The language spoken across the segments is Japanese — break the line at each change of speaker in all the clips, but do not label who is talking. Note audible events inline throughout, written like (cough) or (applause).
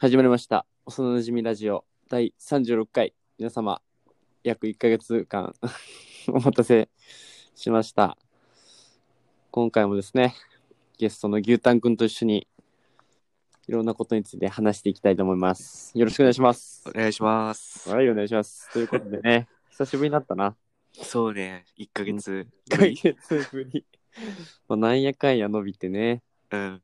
始まりました。幼なじみラジオ第36回。皆様、約1ヶ月間 (laughs) お待たせしました。今回もですね、ゲストの牛タンくんと一緒にいろんなことについて話していきたいと思います。よろしくお願いします
お。願いします。
はい、お願いします。ということで (laughs) ね、久しぶりになったな。
そうね、1ヶ月
1
ぶり。
ヶ月ぶり。まあ、なんやかんや伸びてね、
うん。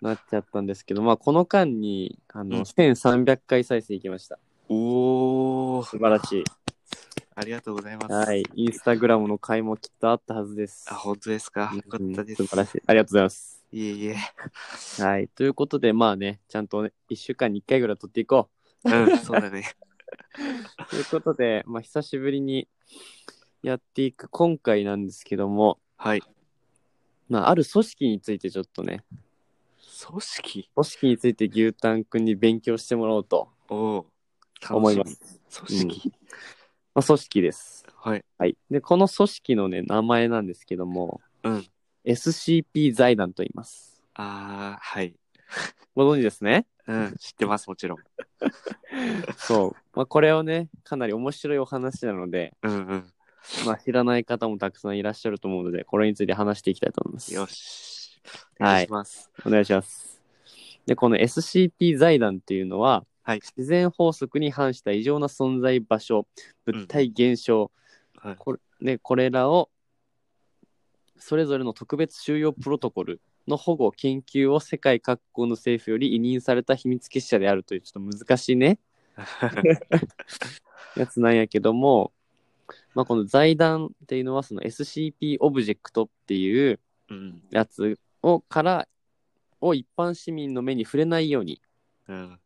なっちゃったんですけど、まあ、この間に、あの、
うん
1300回再生いきました。
おー、
素晴らしい。
ありがとうございます。
はい、インスタグラムの回もきっとあったはずです。
あ、本当ですか。よかったです。
うん素晴らしい。ありがとうございます。
い。いえいえ。
はい、ということで、まあね、ちゃんとね、1週間に1回ぐらい撮っていこ
うん、そうだね。 (laughs)
う。ということで、まあ、久しぶりにやっていく今回なんですけども、
はい。
まあ、ある組織についてちょっとね、
組織
組織について牛タンくんに勉強してもらおうと
おー、楽し
思います。。
組織、
まあ、組織です。
はい。
はい。で、この組織のね、名前なんですけども、
うん。
SCP 財団と言います。
あー、はい。
ご存知ですね
うん、知ってます、もちろん。
そう。まあ、これをね、かなり面白いお話なので、
うんうん。
まあ、知らない方もたくさんいらっしゃると思うので、これについて話していきたいと思います。
よし。お
はい
願いします。
お願いします。で、この SCP 財団っていうのは、
はい
自然法則に反した異常な存在場所、物体現象、
はい。
これね、これらを、それぞれの特別収容プロトコルの保護、研究を世界各国の政府より委任された秘密結社であるという、ちょっと難しい
(laughs)
ね、やつなんやけども、まあ、この財団っていうのはその SCP オブジェクトっていう
うん。
やつをからを一般市民の目に触れないように、
うん。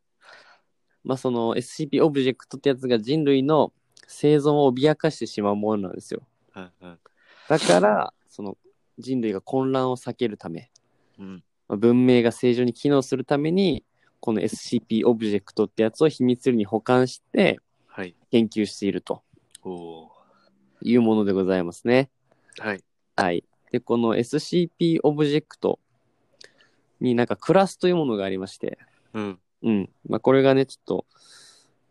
まあ、その SCP オブジェクトってやつが人類の生存を脅かしてしまうものなんですよ
うん。うん
だからその人類が混乱を避けるため、
うん。
まあ文明が正常に機能するためにこの SCP オブジェクトってやつを秘密裏に保管して
はい。
研究していると
おー。
いうものでございますね
はい。
はい。で、この SCP オブジェクトになんかクラスというものがありまして、
うん。
うん。まあ、これがね、ちょっと、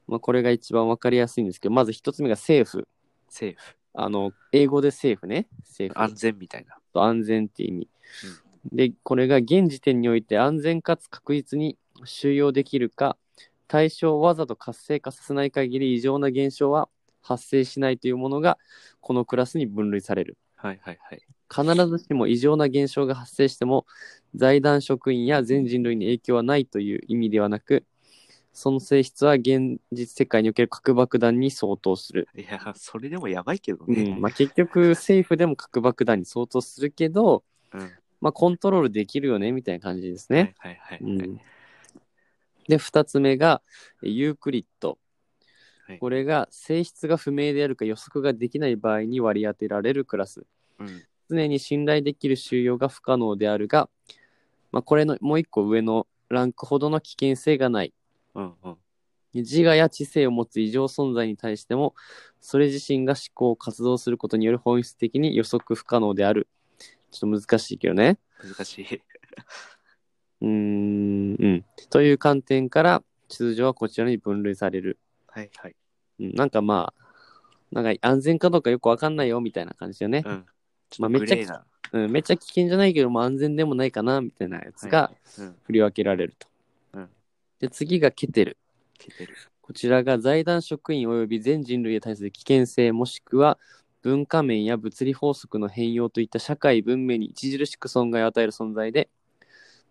まあ、これが一番わかりやすいんですけど、まず一つ目が政府。
セーフ。
あの、英語で政府ね。政
安
府
全みたいな。
と安全って意味。で、これが現時点において安全かつ確実に収容できるか、対象をわざと活性化させない限り異常な現象は発生しないというものが、このクラスに分類される。
はいはいはい。
必ずしも異常な現象が発生しても財団職員や全人類に影響はないという意味ではなくその性質は現実世界における核爆弾に相当する、
いや (laughs) ー、それでもやばいけど
う
ね。
んまあ、結局政府でも核爆弾に相当するけど、
うん。
まあ、コントロールできるよねみたいな感じですね、
はいはいはい。
うん、で2つ目がえユークリッド
はい
これが性質が不明であるか予測ができない場合に割り当てられるクラス
うん。
常に信頼できる収容が不可能であるが、まあ、これのもう一個上のランクほどの危険性がない
うんうん。
自我や知性を持つ異常存在に対してもそれ自身が思考活動することによる本質的に予測不可能であるちょっと難しいけどね
難しい。
うーんうんという観点から通常はこちらに分類される、
はいはい。
うん、なんかまあなんか安全かどうかよくわかんないよみたいな感じだよね
う、ん。ち
まあ
ょっ
め
と
っ
グ
ちゃ
レーな。
うん、めっちゃ危険じゃないけども安全でもないかなみたいなやつが
はいうん。
振り分けられると。
うん
で次がケテル。
切ってる。
こちらが財団職員及び全人類に対する危険性もしくは文化面や物理法則の変容といった社会文明に著しく損害を与える存在で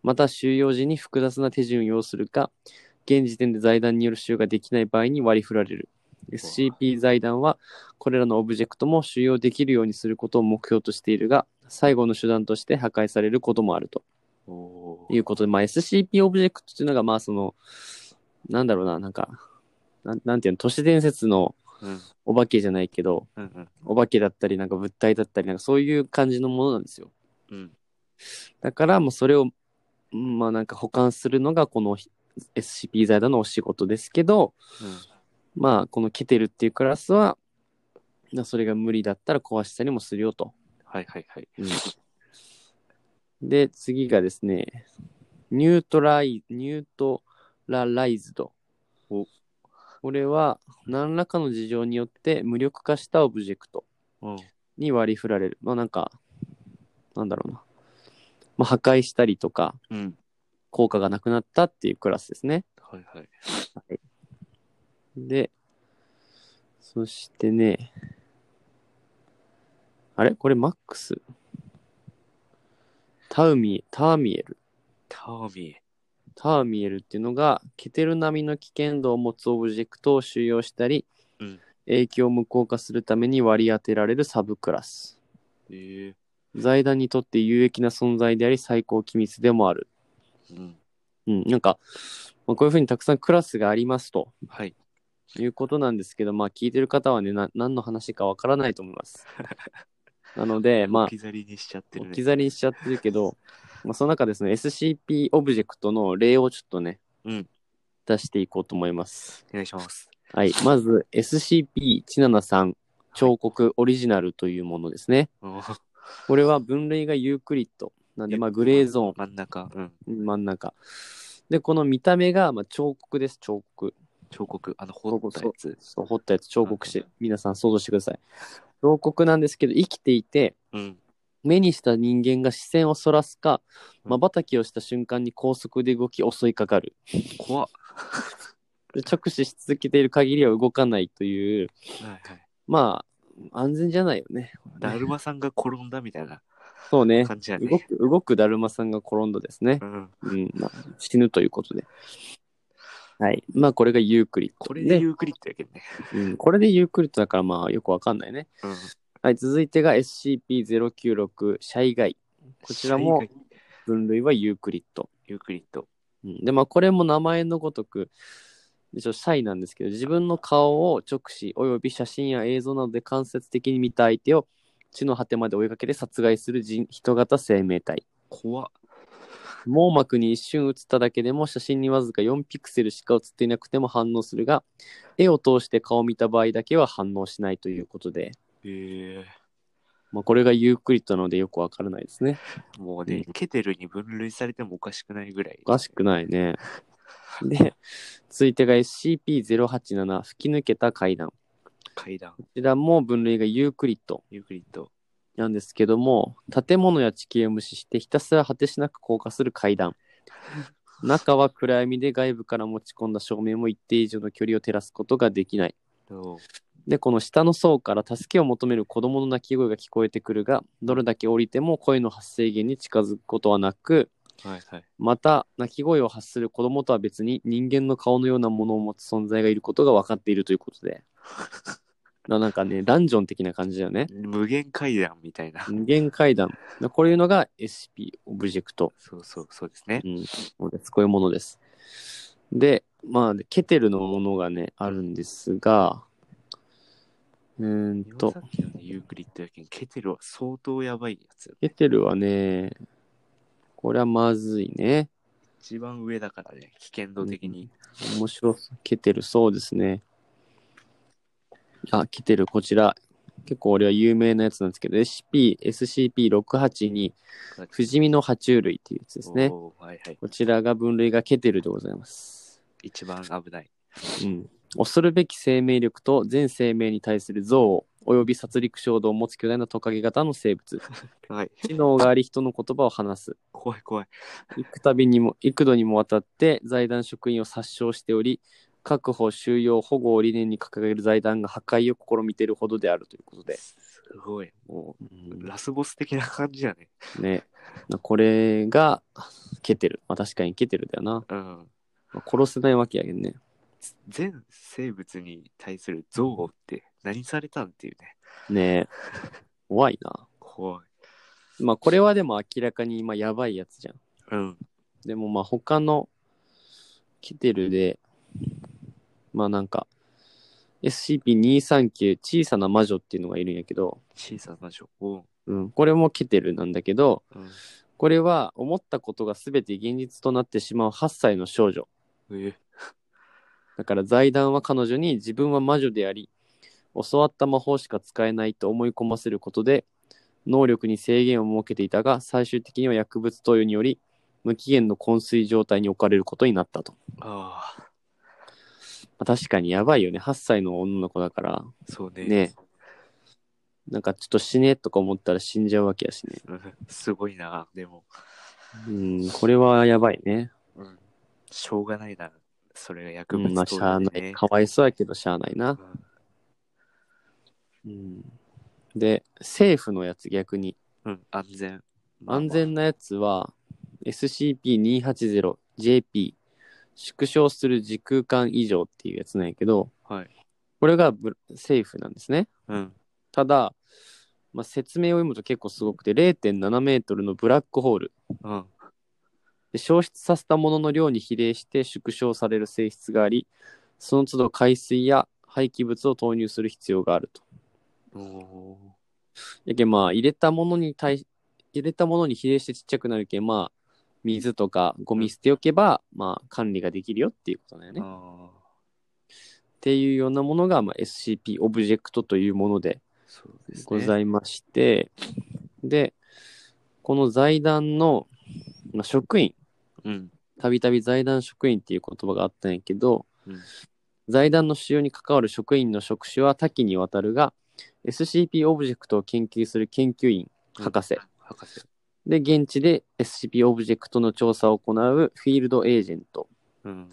また収容時に複雑な手順を要するか現時点で財団による収容ができない場合に割り振られる SCP 財団はこれらのオブジェクトも収容できるようにすることを目標としているが最後の手段として破壊されることもあると
おお
い。うことで、まあ、SCP オブジェクトっていうのが、まあ、その、なんだろうな、なんか、なんなんていうの、都市伝説の
うん
お化けじゃないけど、
うんうん
お化けだったり、なんか物体だったり、なんかそういう感じのものなんですよ。
うん。
だから、もうそれを、うんまあ、なんか保管するのが、この SCP 財団のお仕事ですけど、
うん
まあ、このケテルっていうクラスは、まあそれが無理だったら壊したりもするよと。
はいはいはい。
で、次がですね、ニュートライ、ニュートラライズド。
お
これは何らかの事情によって無力化したオブジェクト
うん。
に割り振られる。まあなんか、なんだろうな。まあ、破壊したりとか、
うん。
効果がなくなったっていうクラスですね。
はいはい。
で、そしてね、あれこれマックスタウミ、ターミエル。
ターミー。
ターミエルっていうのが、ケテル並みの危険度を持つオブジェクトを収容したり、
うん
影響を無効化するために割り当てられるサブクラス。
え
財団にとって有益な存在であり、最高機密でもある。
えうん。
うん、なんか、まあ、こういうふうにたくさんクラスがありますと
はい。
いうことなんですけど、まあ、聞いてる方はね、な何の話かわからないと思い
(laughs)
ます。なので、まあ
置、き去りにしちゃってる
置
ね。
き去りにしちゃってるけど、まあ、その中ですね、SCP オブジェクトの例をちょっとね、
うん
出していこうと思います。
お願いします。
はい、まず SCP-173 彫刻オリジナルというものですね。
うん
これは分類がユークリッド。なんで、まあ、グレーゾ
真ん中。うん。
ーン、真ん中。で、この見た目が、まあ、彫刻です、彫刻。
彫刻。あの、彫ったやつ。
そう、彫ったやつ、彫刻して、皆さん想像してください。彫刻なんですけど、生きていて、
うん。
目にした人間が視線をそらすか、
うん
まばたきをした瞬間に高速で動き襲いかかる。
怖っ。
で直視し続けている限りは動かないという、
はいはい。
まあ、安全じゃないよね。
だるまさんが転んだみたいな
そうね。
感じや
動
ね。
く、動くだるまさんが転んだですね
う。ん。
うん、まあ、死ぬということで。はい。まあ、これがユークリッド。
これでユークリッドやけどね。
うん、これでユークリッドだから、まあ、よくわかんないね。
うん。
はい、続いてが SCP-096、シャイガイ。こちらも
最後に
分類はユークリッド。
ユークリッド。
うんで、まあ、これも名前のごとく、一応シャイなんですけど、自分の顔を直視、および写真や映像などで間接的に見た相手を、地の果てまで追いかけて殺害する人人型生命体。
怖っ。
網膜に一瞬映っただけでも写真にわずか4ピクセルしか映っていなくても反応するが絵を通して顔を見た場合だけは反応しないということで、
ええ
まあ、これがユークリッドなのでよくわからないですね
もうね、
うん
ケテルに分類されてもおかしくないぐらい。
おかしくないねで続いてが SCP-087 吹き抜けた階段こ
階段、
ちらも分類がユークリッド
ユークリッド。
なんですけども建物や地形を無視してひたすら果てしなく降下する階段中は暗闇で外部から持ち込んだ照明も一定以上の距離を照らすことができない
おう
で、この下の層から助けを求める子供の泣き声が聞こえてくるが、どれだけ降りても声の発生源に近づくことはなく、
はいはい。
また、泣き声を発する子供とは別に人間の顔のようなものを持つ存在がいることが分かっているということで。 (laughs) ななんかね、ダンジョン的な感じだよね。
無限階段みたいな。
人間階段。でこういうのが SP オブジェクト。
そうそう、そうですね
う。ん、そうですこういうものです。で、まあ、ケテルのものがね、あるんですが、うーん
さ
と
っ。きのねユークリッドやけん、ケテルは相当やばいやつ。
ケテルはね、これはまずいね。
一番上だからね、危険度的に。
面白そう。ケテル、そうですね。あ、ケテル、こちら。結構俺は有名なやつなんですけど、SCP、SCP-682、不死身の爬虫類っていうやつですね。
おうはいはい。
こちらが分類がケテルでございます。
一番危ない。
うん。恐るべき生命力と全生命に対する憎悪、および殺戮衝動を持つ巨大なトカゲ型の生物。
はい。
知能があり人の言葉を話す。
怖い怖い。
幾度にも幾度にもわたって財団職員を殺傷しており確保収容保護を理念に掲げる財団が破壊を試みているほどであるということで、
すごい。もう、ラスボス的な感じやね。
ね、これがケテル、まあ、確かにケテルだよな、
うん。
まあ殺せないわけやけんね
全生物に対する憎悪って何されたんっていうね。
ねえ怖いな
怖い。
まあこれはでも明らかに今やばいやつじゃん
うん。
でもまあ他のケテルでまあなんか SCP-239 小さな魔女っていうのがいるんやけど、
小さな魔女。おう
うん、これもケテルなんだけど
うん。
これは思ったことが全て現実となってしまう8歳の少女
え
だから財団は彼女に自分は魔女であり教わった魔法しか使えないと思い込ませることで能力に制限を設けていたが最終的には薬物投与により無期限の昏睡状態に置かれることになったと
ああ、
まあ、確かにやばいよね。8歳の女の子だから、
そうね。
ねなんかちょっと死ねとか思ったら死んじゃうわけやしね。
うんすごいな、でも。
うん、これはやばいね。
うん、しょうがないな、それが
う
薬
ん、
物
まあ、しゃあ
なん
な
で
い。
ね。
かわいそうやけどしゃあないな。
うん
うん、で、政府のやつ逆に。
うん、安全。まあまあ
安全なやつは SCP-280JP 縮小する時空間以上っていうやつなんやけど、
はい
これがブ政府なんですね。
うん。
ただ、まあ、説明を読むと結構すごくて0.7メートルのブラックホール
うん。
で消失させたものの量に比例して縮小される性質がありその都度海水や廃棄物を投入する必要があると。
おー
やけんまあ入れたものに対し入れたものに比例してちっちゃくなるけんまあ水とかゴミ捨ておけば、まあ管理ができるよっていうことだよね。っ
あ
ていうようなものが、まあ、SCP オブジェクトというもので
ーそうですね。
ございましてで,、この財団の、まあ、職員
うん。
たびたび財団職員っていう言葉があったんやけど、
うん
財団の使用に関わる職員の職種は多岐にわたるが SCP オブジェクトを研究する研究員博士、
博士。
で、現地で SCP オブジェクトの調査を行うフィールドエージェント。
うん。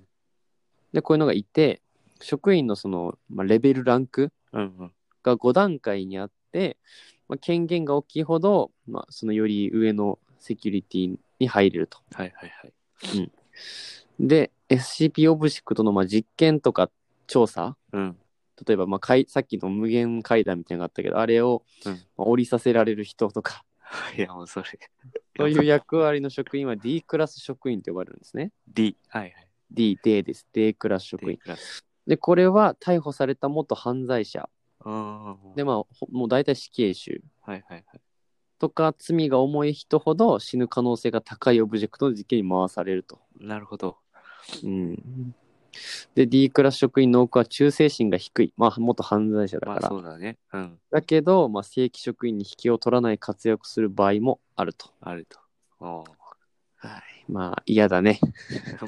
で、こういうのがいて、職員のその、まあ、レベルランク
うんうん。
が5段階にあって、まあ、権限が大きいほど、まあ、そのより上のセキュリティに入れると。
はいはいはい。
で、SCP オブジェクトのまあ実験とか調査、
うん。 (laughs)
例えばまあかいさっきの無限階段みたいなのがあったけど、あれを
うん
まあ降りさせられる人とか、
いや、もうそれ。 (laughs)
そういう役割の職員は D クラス職員と呼ばれるんですね。
D。はいはい。
D、D です。D クラス職員
D。クラス。
で、これは逮捕された元犯罪者。
うん。
で、まあ、ほもう大体死刑囚
はいはいはい。
とか、罪が重い人ほど死ぬ可能性が高いオブジェクトの実験に回されると。
なるほど。
うん。で、D クラス職員の多くは忠誠心が低い。まあ、元犯罪者だ
ま
から。
あそうだね。うん。
だけど、まあ、正規職員に引きを取らない活躍する場合もあると。
あると。おー (laughs)
まあ、嫌だね。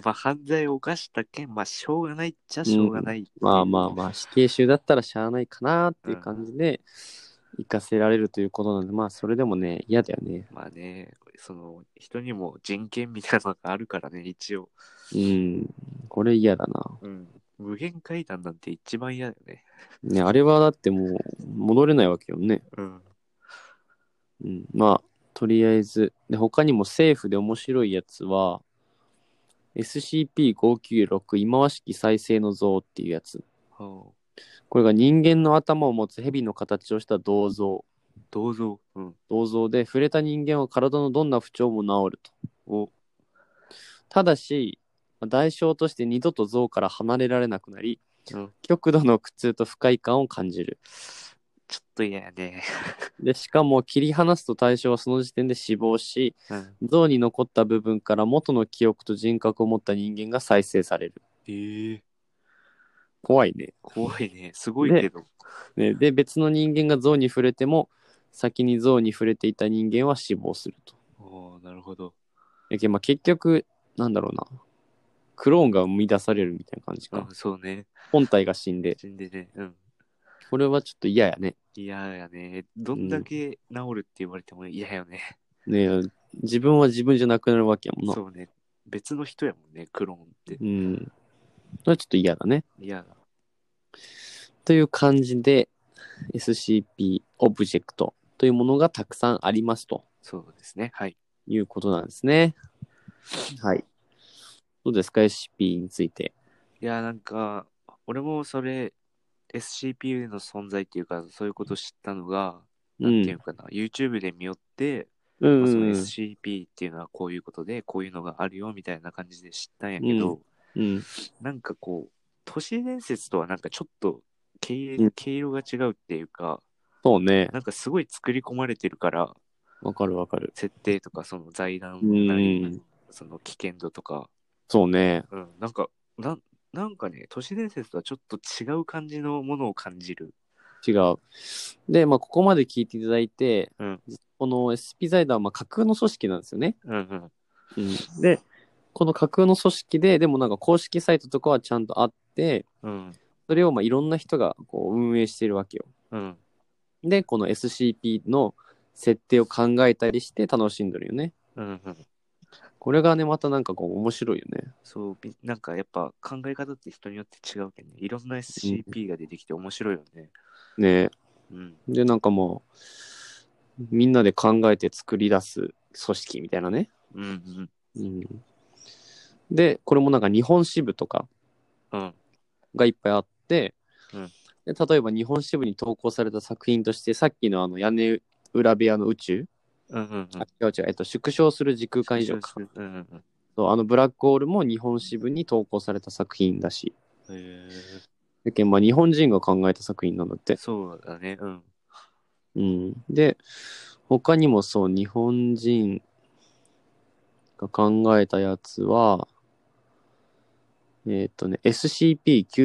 まあ犯罪を犯した件、まあしょうがないっちゃしょうがないっていう、
まあまあまあ、死刑囚だったらしゃあないかなっていう感じで、行かせられるということなんで、まあ、それでもね、嫌だよね。
まあね、その人にも人権みたいなのがあるからね、一応。
うん。これ嫌だな。
うん。無限階段なんて一番嫌だよね。
ね、あれはだってもう戻れないわけよね。
うん。
うん、まあ、とりあえず。で、他にも政府で面白いやつは、SCP-596 忌まわしき再生の像っていうやつ。
は
これが人間の頭を持つ蛇の形をした銅像。
あ、銅像。うん。
銅像で触れた人間は体のどんな不調も治ると。
お、
ただし、まあ代償として二度と像から離れられなくなり、
うん
極度の苦痛と不快感を感じる。
ちょっと嫌やね。
で、しかも切り離すと対象はその時点で死亡し、
うん。
像に残った部分から元の記憶と人格を持った人間が再生される。
ええ
怖いね。
怖いね。すごいけど。
ねで、別の人間が像に触れても、先に像に触れていた人間は死亡すると。
おおなるほど。
やけんまあ、結局、なんだろうな。クローンが生み出されるみたいな感じ
あ
か。
そうね。
本体が死んで。
死んでね。うん。
これはちょっと嫌やね。
嫌やね。どんだけ治るって言われても嫌よね。
ね自分は自分じゃなくなるわけやもんな。
そうね。別の人やもんね、クローンって
う。ん。それはちょっと嫌だね。
嫌だ。
という感じで SCP オブジェクトというものがたくさんありますと
そうですね。はい。
いうことなんですね。はい。どうですか SCP について。
いや、なんか、俺もそれ、SCP の存在っていうか、そういうことを知ったのが、
う。
っていうんかな、YouTube で見よって、
うん
まあ
う
その
ん
SCP っていうのはこういうことで、こういうのがあるよみたいな感じで知ったんやけど、
うん。
なんかこう、都市伝説とはなんかちょっと毛
う
色
ん
毛色が違うっていうか、
そうね。
なんかすごい作り込まれてるから、
わかるわかる。
設定とかその財団
うん
なり、その危険度とか、
そうね。
うん、なんか、なんなんかね、都市伝説とはちょっと違う感じのものを感じる。
違う。で、まあ、ここまで聞いていただいて、
うん
この SCP 財団はまあ架空の組織なんですよね。
うんうん。
で、この架空の組織で、でもなんか公式サイトとかはちゃんとあって、
うん。
それをまあいろんな人がこう運営してるわけよ。
うん。
で、この SCP の設定を考えたりして楽しんでるよね。
うん。うん。
これがね、またなんかこう面白いよね。
そう、みなんかやっぱ考え方って人によって違うけどね。いろんな SCP が出てきて面白いよね。
ね
うん。
で、なんかもう、みんなで考えて作り出す組織みたいなね。
うん。うん。
うん、で、これもなんか日本支部とか
うん。
がいっぱいあって、
うん
で例えば日本支部に投稿された作品として、さっきのあの屋根裏部屋の宇宙、
うん。うん。
あ違う違う、えっと、縮小する時空間以上か。
うん。うん。
そうあのブラックホールも日本支部に投稿された作品だし。
うん。へ
だけどまあ日本人が考えた作品なんだって
え。。そうだね。うん。
うん、で他にもそう日本人が考えたやつはえーっ、とね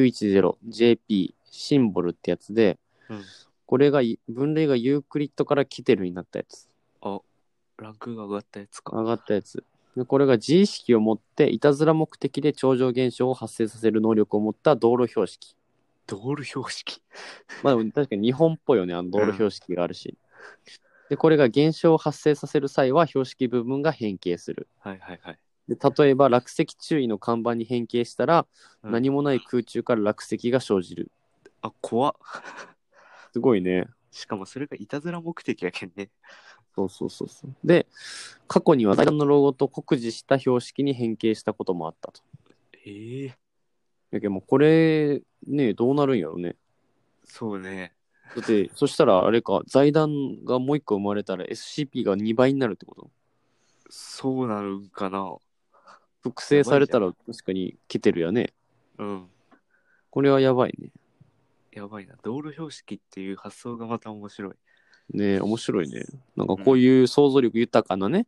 SCP-910JP シンボルってやつで、
うん
これがい分類がユークリッドからキテルになったやつ
ランクが上がったやつか。
上がったやつでこれが自意識を持っていたずら目的で超常現象を発生させる能力を持った道路標識
道路標識。
まあでも確かに日本っぽいよね、あの道路標識があるし。で、これが現象を発生させる際は標識部分が変形する。
はいはいはい。
で例えば落石注意の看板に変形したら、
うん
何もない空中から落石が生じる。
あ、怖っ。
すごいね。
しかもそれがいたずら目的やけんね。
そうそうそうそう。で、過去には財団のロゴと酷似した標識に変形したこともあったと。
ええ
だけどもうこれ、ね、どうなるんやろうね。
そうね。
だって、そしたらあれか、財団がもう一個生まれたら SCP が2倍になるってこと
そうなるんかな。
複製されたら確かに来てるよね。
うん。
これはやばいね。
やばいな。道路標識っていう発想がまた面白い。
ねえ面白いね。なんかこういう想像力豊かなね、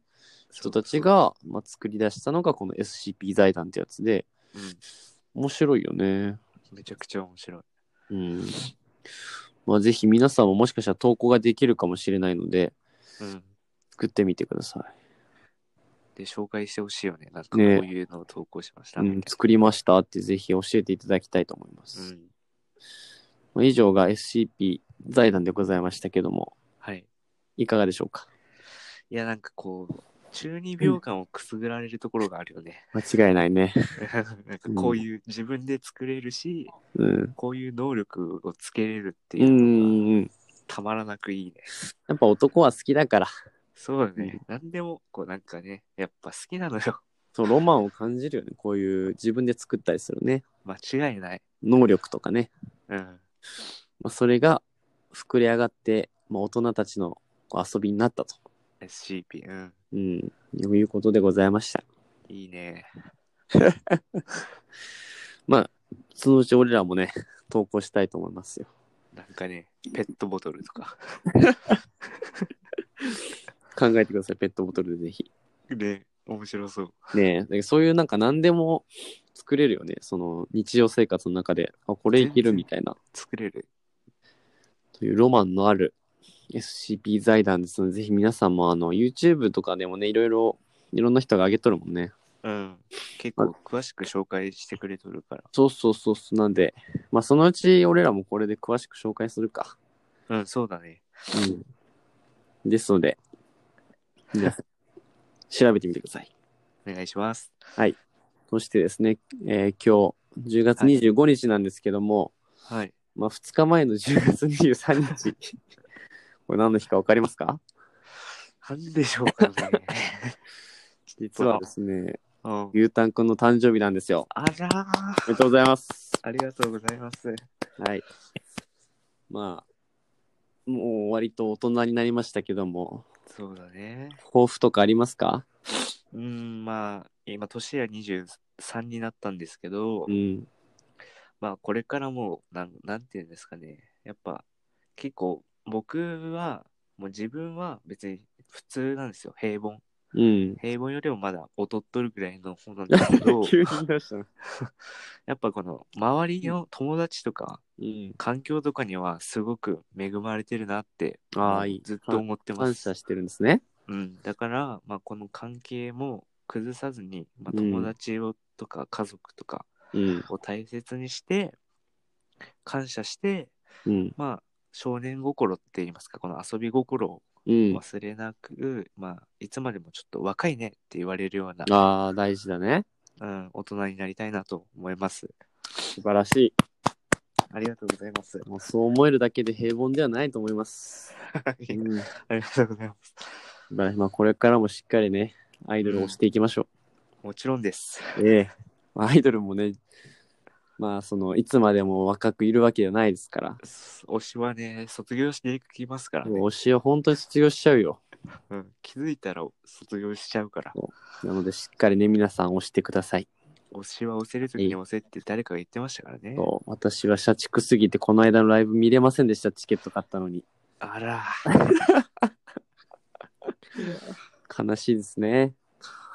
人たちが、まあ、作り出したのがこの SCP 財団ってやつで、
そう、
面白いよね。
うん。めちゃくちゃ面白い。
うん。まあぜひ皆さんももしかしたら投稿ができるかもしれないので、
うん。
作ってみてくださ
で、紹介してほしいよね。なんかこう
ね
いうのを投稿しまし
い。
た。
うん、作りましたってぜひ教えていただきたいと思いま
う
す。
ん
まあ以上が SCP 財団でございましたけども、
はい。
いかがでしょうか
いや、なんかこう、中二病感をくすぐられるところがあるよね。 (laughs)
間違いないね。
なんかこういう自分で作れるし、
うん。
こういう能力をつけれるって
う
いうのが
んうん。
たまらなくいいね。
やっぱ男は好きだから、
そうだね。何でも、こうなんかね、やっぱ好きなのよ。 (laughs)
そうロマンを感じるよね。こういう自分で作ったりするね。
間違いない。
能力とかね、
うん。
まあ、それが膨れ上がって、まあ、大人たちのこう遊びになったと、
SCP。うん。
うん、いうことでございました。
いいね。
そのうち俺らもね、 (laughs) 投稿したいと思いますよ。
なんかね、ペットボトルとか。 (laughs)
考えてください、ペットボトルでぜひ。
ね、面白そう。
ねえ、だけどそういうなんか何でも作れるよね。その日常生活の中で、あ、これいけるみたいな、
作れる。
というロマンのある SCP 財団ですので、ぜひ皆さんもあの YouTube とかでもね、いろいろ、いろんな人が上げとるもんね。
うん。結構詳しく紹介してくれとるから。
そうそうそうそう、なんで、まあそのうち俺らもこれで詳しく紹介するか。
うん、そうだね。
うん、ですので、皆さん、調べてみてください。
お願いします。
そしてですね、えー今日10月25日なんですけども、
はい。
まあ2日前の10月23日、 (laughs) これ何の日か分かりますか
なんでしょうかね。
実はですね、
うん、
牛タンくんの誕生日なんですよ。
あらー
おめでとうございます。
ありがとうございます。
はい。まあ、もう割と大人になりましたけども、
そうだね。
抱負とかありますか
うん、まあ、今、年は23になったんですけど、
うん。
まあ、これからもう、なん、なんていうんですかね。やっぱ、結構、僕は、もう自分は別に普通なんですよ。平凡。
うん。
平凡よりもまだ劣っとるぐらいの方なんですけ
(laughs)
ど、
急に出したな。
やっぱこの周りの友達とか
うん。
環境とかにはすごく恵まれてるなって、
あ
も
あ、
う
いい。
ずっと思ってま
感
す
謝。してるんですね。
うん、だから、まあ、この関係も崩さずに、まあ、
うん
友達をとか家族とか
うん。
を大切にして、感謝して、
うん。
まあ、少年心って言いますか、この遊び心を
うん。
忘れなく、まあ、いつまでもちょっと若いねって言われるような、
ああ、大事だね。
うん、大人になりたいなと思います。
素晴らしい。
ありがとうござ
(laughs)
います。
もうそう思えるだけで平凡ではないと思います。うん。だ
ありがとうございます。
からまあこれからもしっかりね、アイドルを推していきましょ
もちろんです。
う。ええ。まあアイドルもね、まあその、いつまでも若くいるわけじゃないですから。
推しはね、卒業していきますからね。
推しを本当に卒業しちゃうよ。
うん、気づいたら卒業しちゃうから。
なのでしっかりね、皆さん推してください。
推しは押せるときに押せって誰かが言ってましたからね。
そう私は社畜すぎてこの間のライブ見れませんでしたチケット買ったのに
あら、
悲しいですね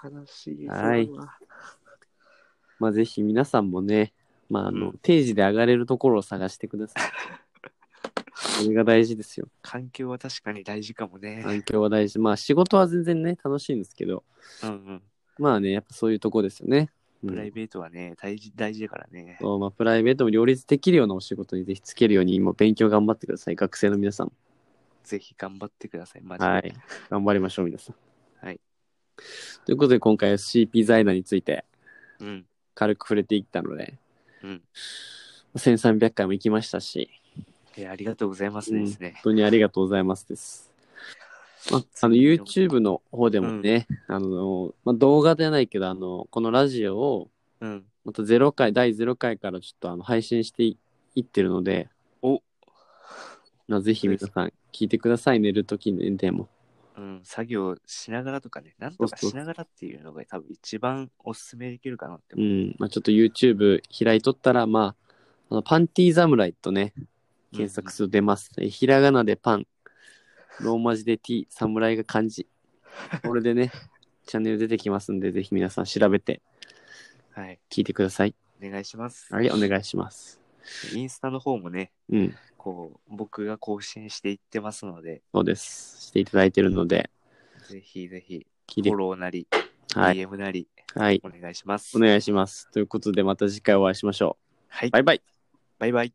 悲しい。
はい
それは
まあぜひ皆さんもねまああの、
うん
定時で上がれるところを探してくだ
(laughs)
さいそれが大事ですよ
環境は確かに大事かもね。
環境は大事まあ仕事は全然ね楽しいんですけど
うん
まあねやっぱそういうとこですよね、
う。
うんん
プライベートはね、大事大事だからね。
そうまあ、プライベートも両立できるようなお仕事にぜひつけるように今勉強頑張ってください学生の皆さん
ぜひ頑張ってください。マジで。
はい頑張りましょう皆さん
はい
ということで今回は CP 財団について
うん。
軽く触れていったので、
うん。
1300回も行きましたし、
いや、ありがとうございますですね。
本当にありがとうございますです。まあ、あの YouTube の方でもね、あのまあ、動画ではないけどあのこのラジオを
うん。
また0回第0回からちょっとあの配信していいってるので
お
まあぜひ皆さん聞いてください寝るときにでも
うん、作業しながらとかね、なんとかしながらっていうのが多分一番おすすめできるかなって
う
思う。
ん、まあ、ちょっと YouTube 開いとったらまああのパンティー侍とね検索すると出ます。えひらがなでパン、ローマ字で T、侍が漢字。これでね、 (laughs) チャンネル出てきますんで、ぜひ皆さん調べて
うん。はい。
聞いてください。
お願いします。
はい、お願いします。
インスタの方もね、
うん、
こう、僕が更新していってますので、
そうです。していただいてるので、
ぜひぜひ、
聞い
フ
て
ォ、ローなり、
はい、
DM なり、
はい、
お願いします。
お願いします。ということで、また次回お会いしましょ。
はいう
バ。イバイ。
バイバイ。